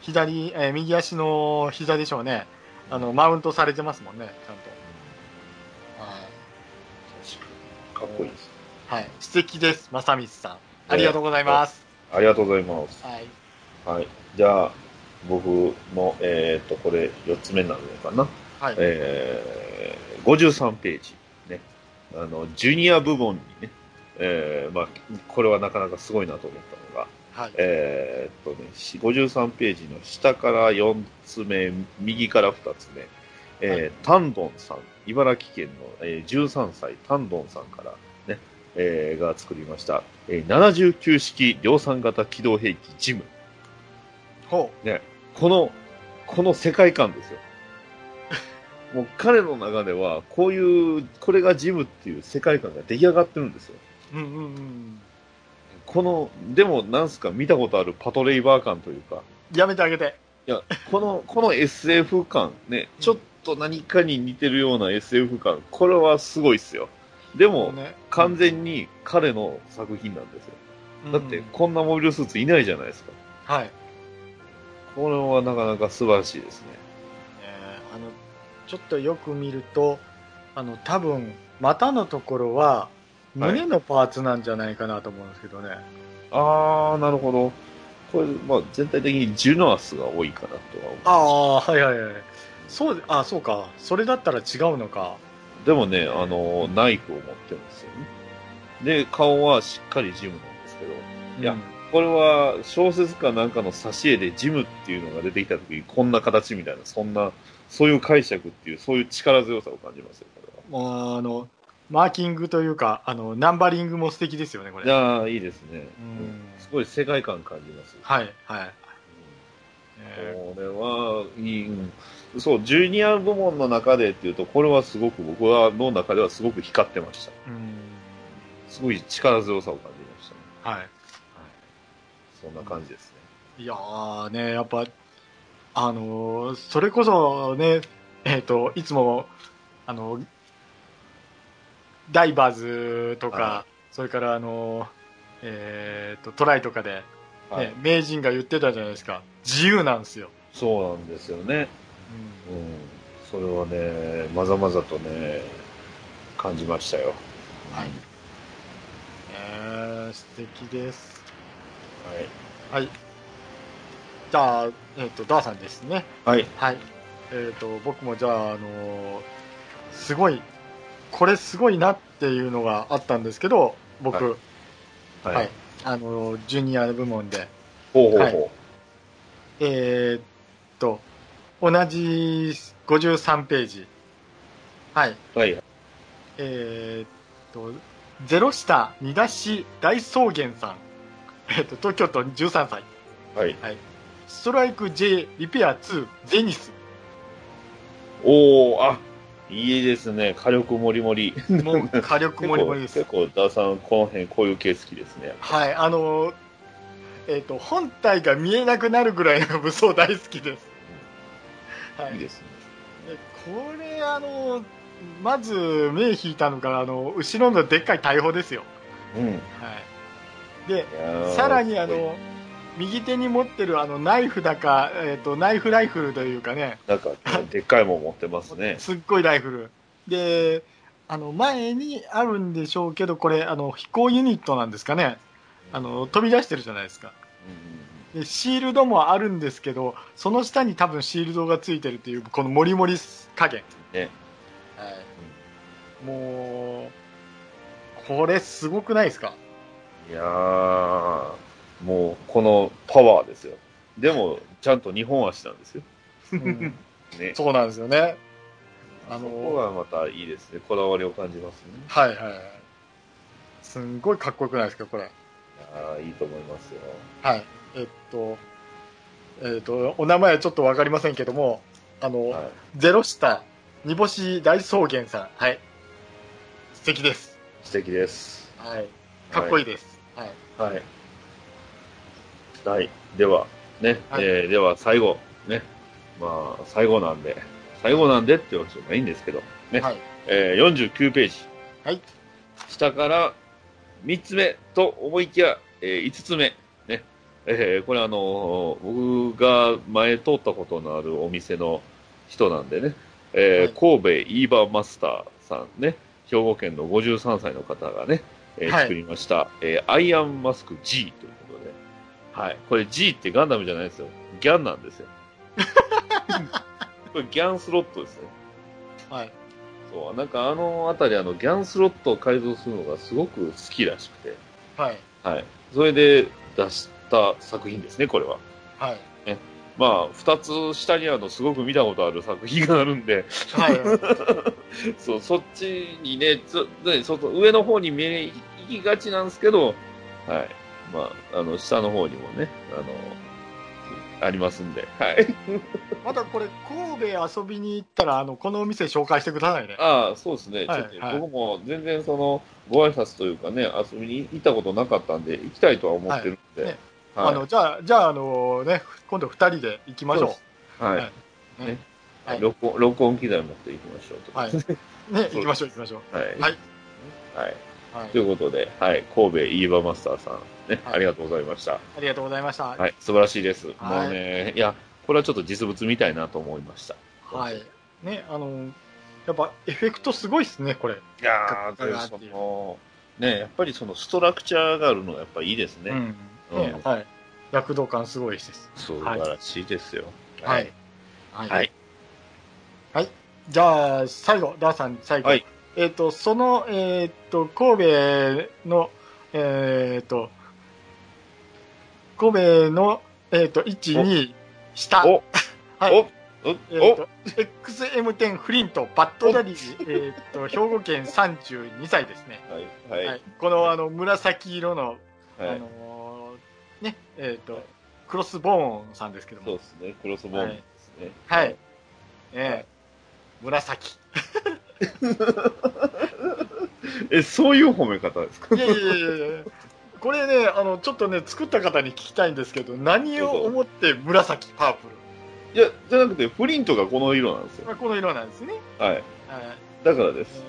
Speaker 2: 左、えー右足の膝でしょうねあのマウントされてますもんねちゃん
Speaker 1: か
Speaker 2: と
Speaker 1: っこいいです。
Speaker 2: はい、はい、素敵です正光さんありがとうございます、
Speaker 1: ありがとうございます。
Speaker 2: はい
Speaker 1: はい。じゃあ、僕の、えっ、と、これ、4つ目になるのかな。
Speaker 2: はい、
Speaker 1: えー、53ページ、ね、あのジュニア部門にね、えーまあ、これはなかなかすごいなと思ったのが、
Speaker 2: はい
Speaker 1: えーっとね、し53ページの下から4つ目、右から2つ目、
Speaker 2: は
Speaker 1: えータンドンさん、茨城県の、えー13歳、タンドンさんから、ねえーが作りました、えー79式量産型機動兵器ジム。
Speaker 2: ほ
Speaker 1: この、この世界観ですよ。もう彼の中では、こういう、これがジムっていう世界観が出来上がってるんですよ。
Speaker 2: ううんうんうん。
Speaker 1: この、でも、なんすか、見たことあるパトレイバー感というか、
Speaker 2: やめてあげて。
Speaker 1: いや、この、この SF 感、ね、ちょっと何かに似てるような SF 感、これはすごいっすよ。でも、
Speaker 2: ね、
Speaker 1: 完全に彼の作品なんですよ。
Speaker 2: うん
Speaker 1: だって、こんなモビルスーツいないじゃないですか。
Speaker 2: はい。ね
Speaker 1: これはなかなか素晴らしいですね。
Speaker 2: あの、ちょっとよく見ると、あの、多分、股のところは、胸のパーツなんじゃないかなと思うんですけどね。
Speaker 1: あー、なるほど。これ、まあ、全体的にジュノアスが多いかなとは思う。
Speaker 2: ああ、はいはいはい。そうで、あそうか。それだったら違うのか。
Speaker 1: でもね、あの、ナイフを持ってるんですよね。で、顔はしっかりジムなんですけど、いや
Speaker 2: うん
Speaker 1: これは小説かなんかの挿絵でジムっていうのが出てきた時にこんな形みたいな、そんな、そういう解釈っていう、そういう力強さを感じますよ、これは。
Speaker 2: もうあの、マーキングというか、あの、ナンバリングも素敵ですよね、これ。
Speaker 1: いやー、いいですね。
Speaker 2: うん
Speaker 1: すごい世界観感じます。
Speaker 2: はい、はい。え
Speaker 1: これはいい、うんそう、ジュニア部門の中でっていうと、これはすごく僕はの中ではすごく光ってました。
Speaker 2: ーうん。
Speaker 1: すごい力強さを感じましたね。
Speaker 2: は
Speaker 1: そんな感じですね。
Speaker 2: い。いやーね、やっぱ、あのーそれこそね、えっ、と、いつも、あの、ダイバーズと
Speaker 1: は
Speaker 2: か、それから、あのーえっ、と、トライとかで、ね
Speaker 1: はい。
Speaker 2: 名人が言ってたじゃないですか。自由なんですよ。
Speaker 1: そうなんですよね。
Speaker 2: うん
Speaker 1: うん。それはね、まざまざとね、感じましたよ。
Speaker 2: はい。えー、素敵です。はい。じゃあ、えっ、と、ダーさんですね。
Speaker 1: はい。はい。
Speaker 2: はい。えっ、と、僕もじゃあ、あのーすごい、これすごいなっていうのがあったんですけど、僕、
Speaker 1: は
Speaker 2: はいい、あのージュニア部門で。
Speaker 1: ほうほうほう。
Speaker 2: はいえーっと、同じ53ページ。はい。
Speaker 1: はい。
Speaker 2: えーっと、ゼロ下煮出し大草原さん。えーっと、東京都13歳。
Speaker 1: はい。
Speaker 2: ストライク J リペア2ゼニス。
Speaker 1: おー、あ、いいですね。火力もりもり。
Speaker 2: もう火力もりもりです
Speaker 1: 結。構、結構ダーさん、この辺、こういう系好きですね。
Speaker 2: はい、あのーえっ、と、本体が見えなくなるぐらいの武装大好きです。はい
Speaker 1: い
Speaker 2: い、で
Speaker 1: ですね。
Speaker 2: これ、あのーまず目引いたのが、あの後ろのでっかい大砲ですよ。
Speaker 1: うん。
Speaker 2: はい、で、
Speaker 1: いやー
Speaker 2: さらに、あ、
Speaker 1: すごい
Speaker 2: の右手に持ってるあのナイフだか、えっとナイフライフルというかね、
Speaker 1: なんか、 でっかいもん持ってますね。
Speaker 2: すっごいライフル。で、あの前にあるんでしょうけど、これ、あの飛行ユニットなんですかね。あの飛び出してるじゃないですか。でシールドもあるんですけどその下に多分シールドがついてるっていうこのモリモリ加減、
Speaker 1: ね
Speaker 2: もうこれすごくないですか
Speaker 1: いやー、もう、このパワーですよ。でも、ちゃんと日本足なんですよ。ね。
Speaker 2: そうなんですよねあ
Speaker 1: そこ
Speaker 2: の
Speaker 1: がまたいいですね。こだわりを感じますね。
Speaker 2: はいはいはいすんごいかっこよくないですかこれ
Speaker 1: ああ、いいと思いますよ。
Speaker 2: はいえっとえっとお名前はちょっとわかりませんけどもあの、
Speaker 1: はい。
Speaker 2: ゼロ下煮干し大草原さんはい素敵です
Speaker 1: 素敵です。
Speaker 2: はいかっこいい
Speaker 1: い。
Speaker 2: ですはい
Speaker 1: はい。はい。では、ね、
Speaker 2: はい
Speaker 1: えーでは最後、ね。まあ、最後なんで、最後なんでってわけじゃないんですけど、ね。
Speaker 2: はい
Speaker 1: えー49ページ。
Speaker 2: はい。
Speaker 1: 下から3つ目と思いきや、え5つ目。ね。えーこれあのー僕が前通ったことのあるお店の人なんでね。えー神戸イーバーマスターさんね。兵庫県の53歳の方がね、えー
Speaker 2: はい
Speaker 1: 作りました、えーアイアンマスク G ということで。はい。これ G ってガンダムじゃないですよ。ギャンなん ですよ。これギャンスロットですね。
Speaker 2: はい
Speaker 1: そう、なんかあの辺り、あの、ギャンスロットを改造するのがすごく好きらしくて、
Speaker 2: はい
Speaker 1: はい。それで出した作品ですね、これは。
Speaker 2: はい
Speaker 1: まあ、二つ下にあの、すごく見たことある作品があるんで、
Speaker 2: はい。
Speaker 1: そう、そっちにね、つでそ上の方に見え、行きがちなんですけど、はい。まあ、あの、下の方にもね、あの、ありますんで。はい。
Speaker 2: またこれ、神戸遊びに行ったら、あの、このお店紹介してくださいね。
Speaker 1: ああ、そうですね。ちょ
Speaker 2: はい
Speaker 1: っと
Speaker 2: はい
Speaker 1: 僕も全然その、ご挨拶というかね、遊びに行ったことなかったんで、行きたいとは思ってるんで。
Speaker 2: は
Speaker 1: はいい
Speaker 2: ね。あの、じゃあ、じゃあ、あのね、今度二人で行きまし
Speaker 1: そ
Speaker 2: ょ
Speaker 1: う
Speaker 2: う
Speaker 1: で。すはい
Speaker 2: はい
Speaker 1: ね
Speaker 2: はい
Speaker 1: 録音、録音機材持っていきましょうと。
Speaker 2: はい。ね、行きましょう、行きましょう。
Speaker 1: はい。
Speaker 2: はい
Speaker 1: はい。
Speaker 2: はい
Speaker 1: ということで、はい。神戸イーバーマスターさん、ね、
Speaker 2: はい
Speaker 1: ありがとうございました。
Speaker 2: ありがとうございました。
Speaker 1: はい。素晴らしいです。
Speaker 2: はい
Speaker 1: もうね、いや、これはちょっと実物みたいなと思いました。
Speaker 2: はい。ね、あの、やっぱエフェクトすごいっすね、これ。
Speaker 1: いやー、
Speaker 2: かっこいいなって
Speaker 1: そ
Speaker 2: いう
Speaker 1: の、ね、やっぱりそのストラクチャーがあるのがやっぱいいですね。
Speaker 2: うん。
Speaker 1: うん
Speaker 2: ね、はい。躍動感すごいです。
Speaker 1: 素晴らしいですよ。
Speaker 2: はい。。はい。
Speaker 1: はい
Speaker 2: はいじゃあ、最後、ダーさん、最後。
Speaker 1: はい
Speaker 2: えっ、と、その、えっ、と、神戸の、えっ、と、神戸の、えっ、と、1、2、下。
Speaker 1: お、
Speaker 2: はい
Speaker 1: お、お、
Speaker 2: えっ、
Speaker 1: お、
Speaker 2: と、XM10 フリント、バッドダディ、えっ、と、兵庫県32歳ですね。
Speaker 1: はい、はい、
Speaker 2: は
Speaker 1: はい
Speaker 2: い、このあの紫色の、あ
Speaker 1: はい。
Speaker 2: のーねえっ、とクロスボーンさんですけど
Speaker 1: そう
Speaker 2: も、
Speaker 1: ですね、クロスボーンですね。
Speaker 2: はい、え
Speaker 1: はい
Speaker 2: ー紫。
Speaker 1: え、そういう褒め方ですか
Speaker 2: いやいやいやいや。これねあのちょっとね作った方に聞きたいんですけど、何を思って紫パープ
Speaker 1: いや、じゃなくて、プリントがこの色なんです
Speaker 2: ル、
Speaker 1: よ。
Speaker 2: まあ、この色なんですね。
Speaker 1: はい。
Speaker 2: はい
Speaker 1: だからです。
Speaker 2: やっ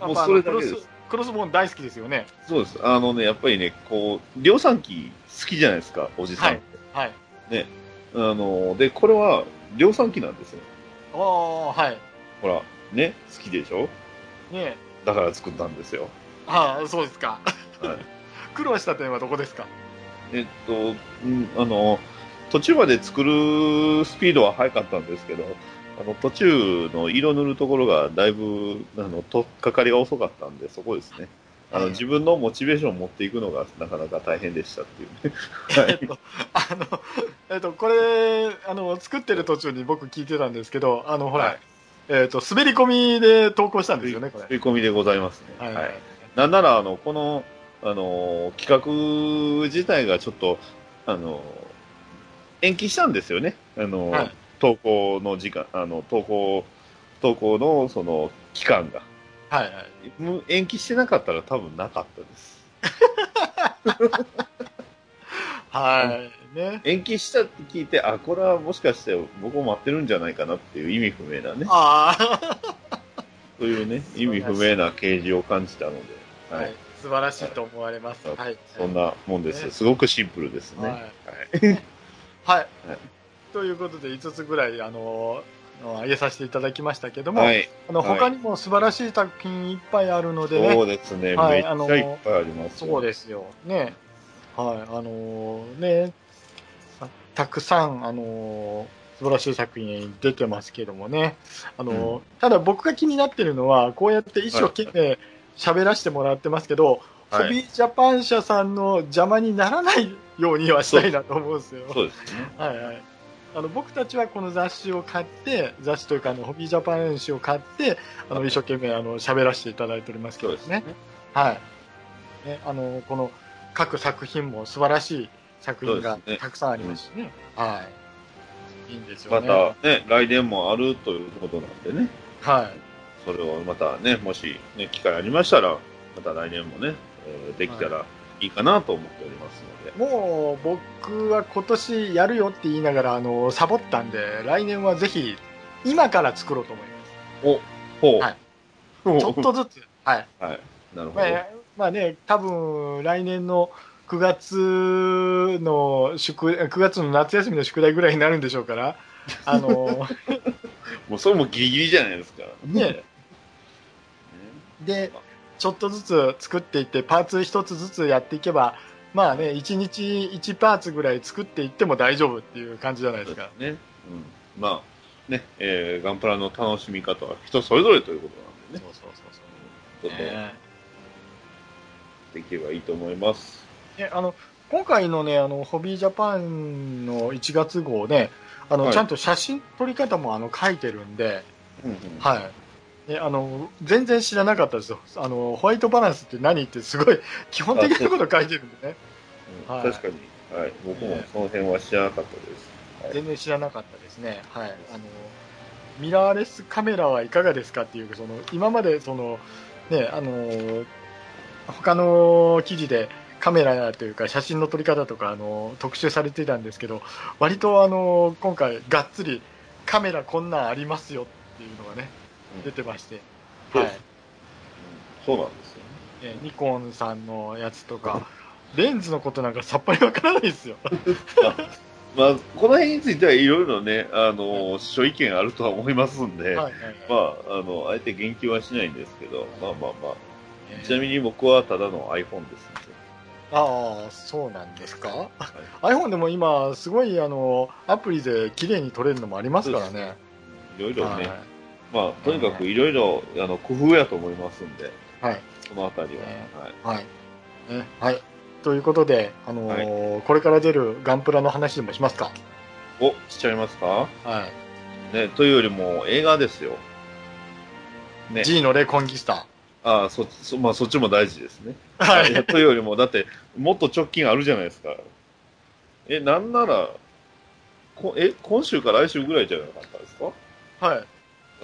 Speaker 2: ぱ
Speaker 1: もうそれだけです
Speaker 2: あのクロスクロスボーン大好きですよね。
Speaker 1: そうです。あのね、やっぱりね、こう、量産機好きじゃないですか、おじさん。
Speaker 2: はい。
Speaker 1: あの、で、これは量産機なんですよ。
Speaker 2: ああはい。
Speaker 1: ほら、ね、好きでしょ
Speaker 2: ね
Speaker 1: だから作ったんですよ。
Speaker 2: ああそうですか。
Speaker 1: はい
Speaker 2: 苦労した点はどこですか。
Speaker 1: えっと、うん、あの、途中まで作るスピードは速かったんですけど、あの、途中の色塗るところがだいぶ、あの、とっかかりが遅かったんで、そこですね。あ
Speaker 2: は
Speaker 1: の、
Speaker 2: い
Speaker 1: 自分のモチベーションを持っていくのがなかなか大変でしたって いうね。
Speaker 2: えっと、 あの、えっと、これ、あの、作ってる途中に僕聞いてたんですけど、あの、ほら、
Speaker 1: はい
Speaker 2: えっと、滑り込みで投稿したんですよね、こ
Speaker 1: 吸い込みでございますね。
Speaker 2: れ。
Speaker 1: はい。なんなら、あの、この、あの、企画自体がちょっと、あの、延期したんですよね。あの、
Speaker 2: はい
Speaker 1: 投稿の時間、あの、投稿、投稿のその期間が。
Speaker 2: はい、はい。
Speaker 1: む延期してなかったら多分なかったです。
Speaker 2: は い。ね。
Speaker 1: 延期したって聞いて、あ、これはもしかして僕を待ってるんじゃないかなっていう意味不明なね、
Speaker 2: ああ、
Speaker 1: そういうね、
Speaker 2: そう
Speaker 1: 意
Speaker 2: なんで
Speaker 1: 味
Speaker 2: す
Speaker 1: 不明な掲示を感じたので、は。
Speaker 2: はいい。素晴らしいと思われます。
Speaker 1: は
Speaker 2: はいい。
Speaker 1: そんなもんです。
Speaker 2: ね
Speaker 1: すごくシンプルですね。
Speaker 2: は
Speaker 1: はいい。
Speaker 2: はい。ということで、5つぐらい、あの、あげさせていただきましたけども、
Speaker 1: はい。
Speaker 2: あの
Speaker 1: はい
Speaker 2: 他にも素晴らしい作品いっぱいあるのでね、
Speaker 1: そうですね。
Speaker 2: は
Speaker 1: め
Speaker 2: い
Speaker 1: っちゃいっぱいありますよ。
Speaker 2: そうですよ。ね。はい。あのーね。たたくさん、あのー素晴らしい作品出てますけどもね。あのーただ僕が気になってるのは、こうやって一生懸命喋らせてもらってますけど、
Speaker 1: はい
Speaker 2: ホビージャパン社さんの邪魔にならないようにはしたいなと思うんですよ。
Speaker 1: そうですね。
Speaker 2: はいはい。あの僕たちはこの雑誌を買って、雑誌というかあの、ホビージャパン誌を買って、あの一生懸命あの喋らせていただいておりますけ
Speaker 1: そう
Speaker 2: ど
Speaker 1: ですね。
Speaker 2: はい。ね、あの、この各作品も素晴らしい作品が
Speaker 1: そうですね
Speaker 2: たくさんありますしね。はい。いいんですよ
Speaker 1: ま
Speaker 2: ね。
Speaker 1: たね、来年もあるということなんでね、
Speaker 2: はい。
Speaker 1: それをまたね、もし、ね、機会ありましたら、また来年もね、えーできたらいいかなと思っておりますので。
Speaker 2: もう僕は今年やるよって言いながら、あの、サボったんで、来年はぜひ今から作ろうと思います。
Speaker 1: ほう。
Speaker 2: はい
Speaker 1: ほう
Speaker 2: ちょっとずつ。はい。
Speaker 1: はい。なるほ
Speaker 2: ま
Speaker 1: ど。
Speaker 2: あ、まあね、多分来年の9月の宿、9月の夏休みの宿題ぐらいになるんでしょうから、あの、
Speaker 1: もうそれもギリギリじゃないですか。
Speaker 2: ねで、ちょっとずつ作っていって、パーツ一つずつやっていけば、まあね、1日1パーツぐらい作っていっても大丈夫っていう感じじゃない
Speaker 1: ね。
Speaker 2: で
Speaker 1: そう
Speaker 2: す
Speaker 1: で
Speaker 2: か。
Speaker 1: すね。うん。まあ、ね、えーガンプラの楽しみ方は人それぞれということなんでね。
Speaker 2: そうそう
Speaker 1: ちょっとや
Speaker 2: ね
Speaker 1: っていけばいいと思います。
Speaker 2: えあの今回のね、あの、ホビージャパンの1月号ね、あの、
Speaker 1: はい
Speaker 2: ちゃんと写真撮り方もあの書いてるんで、
Speaker 1: うんうん
Speaker 2: はい。ね、あの、全然知らなかったですよ。あの、ホワイトバランスって何ってすごい基本的なこと書いてるんでね。
Speaker 1: うん
Speaker 2: はい
Speaker 1: 確かに、はい、僕も
Speaker 2: ね
Speaker 1: その辺は知らなかったです。
Speaker 2: 全然知らなかったですね。はい。あの、ミラーレスカメラはいかがですかっていう、その、今までその、ね、あの、他の記事でカメラというか写真の撮り方とか、あの、特集されてたんですけど、割とあの、今回がっつりカメラこんなんありますよっていうのがね、
Speaker 1: うん
Speaker 2: 出てまして。
Speaker 1: そう
Speaker 2: は
Speaker 1: で
Speaker 2: い
Speaker 1: す。そうなんですよね。
Speaker 2: えーニコンさんのやつとか、レンズのことなんかさっぱりわからないですよ。
Speaker 1: まあ、この辺についてはいろいろね、あの、諸意見あるとは思いますんで、
Speaker 2: はいはい
Speaker 1: まあ、あの、あえて言及はしないんですけど、まあまあまあ、
Speaker 2: えー
Speaker 1: ちなみに僕はただの iPhone ですんで。
Speaker 2: ああ、そうなんですか。
Speaker 1: はい
Speaker 2: iPhone でも今、すごいあのアプリで綺麗に撮れるのもありますからね。
Speaker 1: いろいろね、
Speaker 2: は
Speaker 1: まあ、とにかくいろいろ、あの、工夫やと思いますんで、
Speaker 2: はい
Speaker 1: そのあたりは、
Speaker 2: ね
Speaker 1: はい。
Speaker 2: い。はい。ねはい。ということで、あのーこれから出るガンプラの話でもしますか。
Speaker 1: お、しちゃいますか
Speaker 2: はい。
Speaker 1: ね、というよりも映画ですよ。ね。
Speaker 2: G のレコンギスタ。
Speaker 1: ああ、そ、そ、まあそっちも大事ですね。
Speaker 2: はい
Speaker 1: や。というよりも、だって、もっと直近あるじゃないですか。え、なんなら、こえ、今週か来週ぐらいじゃなかったですか
Speaker 2: はい。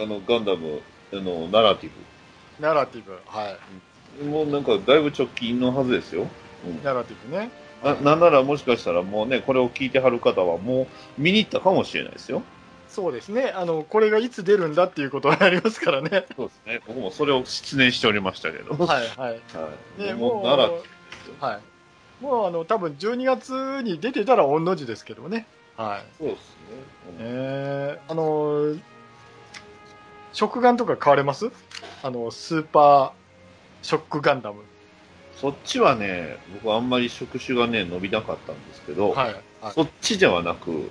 Speaker 1: あの、ガンダム、あの、ナラティ
Speaker 2: ナラティブ。は
Speaker 1: ブ。もうなんか、だいぶ直近のはずですよ。
Speaker 2: い。ナラティブね。
Speaker 1: な、なんならもしかしたらもうね、これを聞いてはる方はもう見に行ったかもしれないですよ。
Speaker 2: そうですね。あの、これがいつ出るんだっていうことになりますからね。
Speaker 1: そうですね。僕もそれを失念しておりました けど。は
Speaker 2: はい。はい。
Speaker 1: い。
Speaker 2: ね、
Speaker 1: もう、
Speaker 2: もう、
Speaker 1: ナラ、
Speaker 2: はい。もう、あの、多分12月に出てたら、御の字ですけどね。はい。
Speaker 1: そうですね。
Speaker 2: えー、あのー、食ガンとか買われますあの、スーパーショックガンダム。
Speaker 1: そっちはね、僕あんまり触手がね、伸びなかったんですけど、
Speaker 2: はい。はい。
Speaker 1: そっちではなく、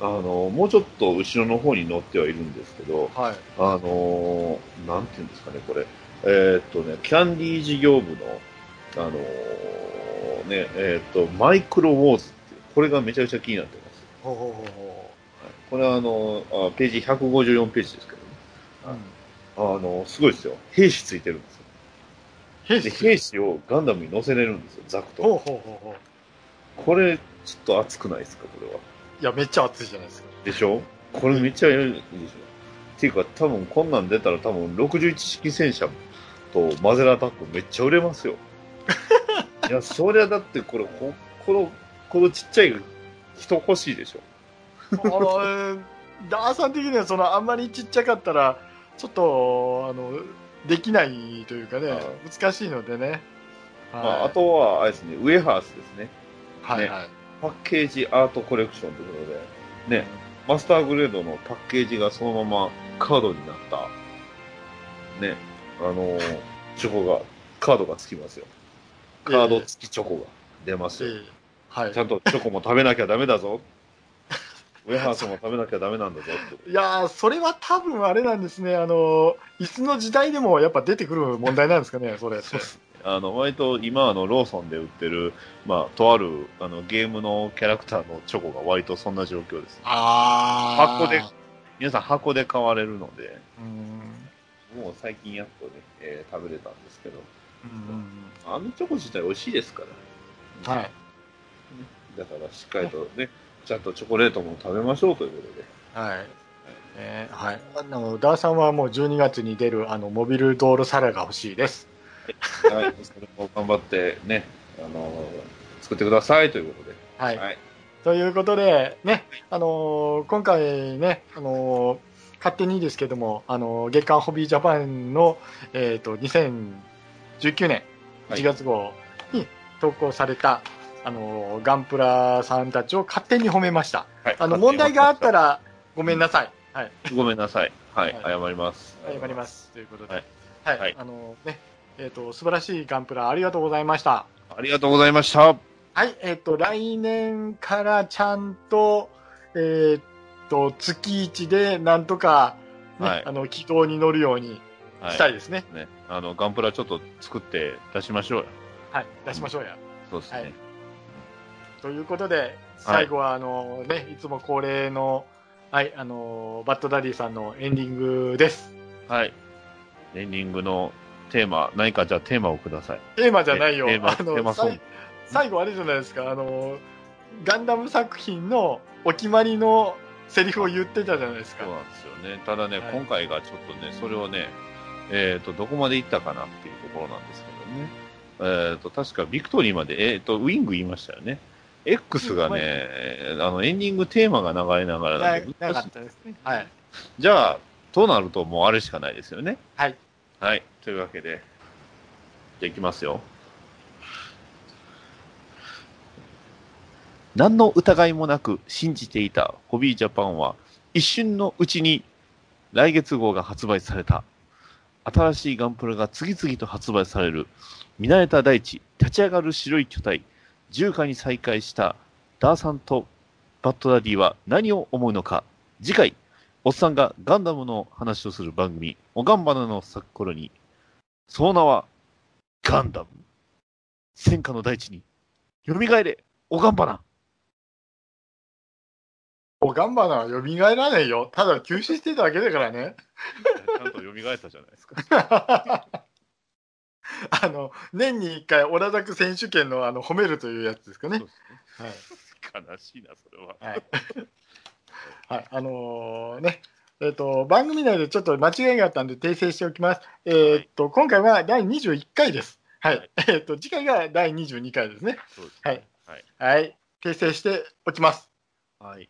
Speaker 1: あの、もうちょっと後ろの方に乗ってはいるんですけど、
Speaker 2: はい。
Speaker 1: あの、なんていうんですかね、これ、えーっとね、キャンディー事業部の、あの、ね、えーっと、マイクロウォーズっていう、これがめちゃくちゃ気になってます。
Speaker 2: ほうほうほうほ
Speaker 1: はいこれはあの、あページ154ページですけどね、
Speaker 2: う。うん。
Speaker 1: あの、すごいですよ。兵士ついてるんですよ。
Speaker 2: 兵
Speaker 1: で、
Speaker 2: 士。
Speaker 1: 兵士をガンダムに乗せれるんですよ、ザクと。
Speaker 2: ほうほうほうほう。
Speaker 1: これ、ちょっと熱くないですか、これは。
Speaker 2: いや、めっちゃ熱いじゃないですか。
Speaker 1: でしょこれめっちゃいいでしょっていうか、多分こんなん出たら多分61式戦車とマゼラタックめっちゃ売れ ますよ。いや、そりゃだってこれ、ここの、このちっちゃい人欲しいでしょ。
Speaker 2: あのー、ダーさん的には、その、あんまりちっちゃかったら、ちょっと、あの、できないというかね
Speaker 1: はい、
Speaker 2: 難しいのでね。
Speaker 1: まあ、あ、とは、あれですね、ウェハースですね。
Speaker 2: はい
Speaker 1: ね
Speaker 2: はい。
Speaker 1: パッケージアートコレクションということで、ね、マスターグレードのパッケージがそのままカードになった、ね、あのーチョコが、カードがつきますよ。カード付きチョコが出ます
Speaker 2: え
Speaker 1: よ。
Speaker 2: ーはい
Speaker 1: ちゃんとチョコも食べなきゃダメだ ぞ。ウェハースも食べなきゃダメなんだぞって。
Speaker 2: いやーそれは多分あれなんですね、あのー、椅子の時代でもやっぱ出てくる問題なんですかね、それって。
Speaker 1: あの、割と今、あの、ローソンで売ってる、まあ、とある、あの、ゲームのキャラクターのチョコが割とそんな状況です。
Speaker 2: あ
Speaker 1: 箱で皆さん箱で買われるので、
Speaker 2: うん
Speaker 1: もう最近やっとね、えー食べれたんですけど、
Speaker 2: うん
Speaker 1: あのチョコ自体美味しいですから。
Speaker 2: はい。
Speaker 1: だから、しっかりとね、ちゃんとチョコレートも食べましょうということで。
Speaker 2: はい。えーはい。あの、ダーさんはもう12月に出る、あの、モビル道路サラが欲しいです。
Speaker 1: はい、それも頑張ってね、あのー作ってくださいということで。
Speaker 2: はい。
Speaker 1: はい
Speaker 2: ということで、ね、あのー今回ね、あのー勝手にですけども、あのー月刊ホビージャパンの、えっ、と、2019年
Speaker 1: はい
Speaker 2: 1月号に投稿された、あのーガンプラさんたちを勝手に褒めました。
Speaker 1: はい
Speaker 2: あの、問題があった。ら、ごめんなさい。はい。
Speaker 1: ごめんなさい。はい、
Speaker 2: は
Speaker 1: 謝ります。
Speaker 2: 謝ります。ということで。
Speaker 1: は
Speaker 2: はいい。
Speaker 1: はい
Speaker 2: あのね、えっ、と、素晴らしいガンプラありがとうございました。
Speaker 1: す。ありがとうございました。
Speaker 2: はい。えっ、と、来年からちゃんと、えっ、と、月一でなんとか、ね、
Speaker 1: はい
Speaker 2: あの、軌道に乗るように
Speaker 1: は
Speaker 2: したいですね。
Speaker 1: ね、あの、ガンプラちょっと作って出しましょうよ。
Speaker 2: はい。出しましょうや。
Speaker 1: そうですね。
Speaker 2: はいということで、最後は、あの、ね、いつも恒例の、はい、あの、バッドダディさんのエンディングです。
Speaker 1: はい。エンディングのテーマ、何かじゃあテーマをください。
Speaker 2: テーマじゃないよ。
Speaker 1: テーマ
Speaker 2: あ
Speaker 1: テーマ
Speaker 2: の、
Speaker 1: ソング
Speaker 2: さい最後あれじゃないですか、あの、ガンダム作品のお決まりのセリフを言ってたじゃないですか
Speaker 1: そう。なんですよね。ただね、
Speaker 2: はい
Speaker 1: 今回がちょっとね、それをね、えっ、と、どこまで行ったかなっていうところなんですけどね。えっ、と、確かビクトリーまで、えっ、と、ウィング言いましたよね。X がね、あの、エンディングテーマが流れながら
Speaker 2: な
Speaker 1: なんで
Speaker 2: なかったですね。はい。
Speaker 1: じゃあ、となるともうあれしかないですよね。
Speaker 2: はい。
Speaker 1: はい。というわけで、じゃあいきますよ。何の疑いもなく信じていたホビージャパンは、一瞬のうちに来月号が発売された。新しいガンプラが次々と発売される。見慣れた大地、立ち上がる白い巨体、重火に再会したダーさんとバッドダディは何を思うのか。次回、おっさんがガンダムの話をする番組、おがんばなの咲く頃に、その名は、ガンダム。戦火の大地に、蘇れ、おがんばな。
Speaker 2: おガンバナは蘇らないよ。ただ休止してただけだからね。
Speaker 1: ちゃんと蘇ったじゃないです か。
Speaker 2: あの、年に一回、オラダク選手権のあの褒めるというやつですかね。はい。
Speaker 1: 悲しいな、それは。
Speaker 2: はい。 はい、あのーね。えっと番組内でちょっと間違いがあったんで訂正しておきます。えっと今回は第21回です。はい。
Speaker 1: はい
Speaker 2: えっと次回が第22回ですね。
Speaker 1: そうです
Speaker 2: はい
Speaker 1: ね。はい。
Speaker 2: はい。訂正しておきます。
Speaker 1: はい。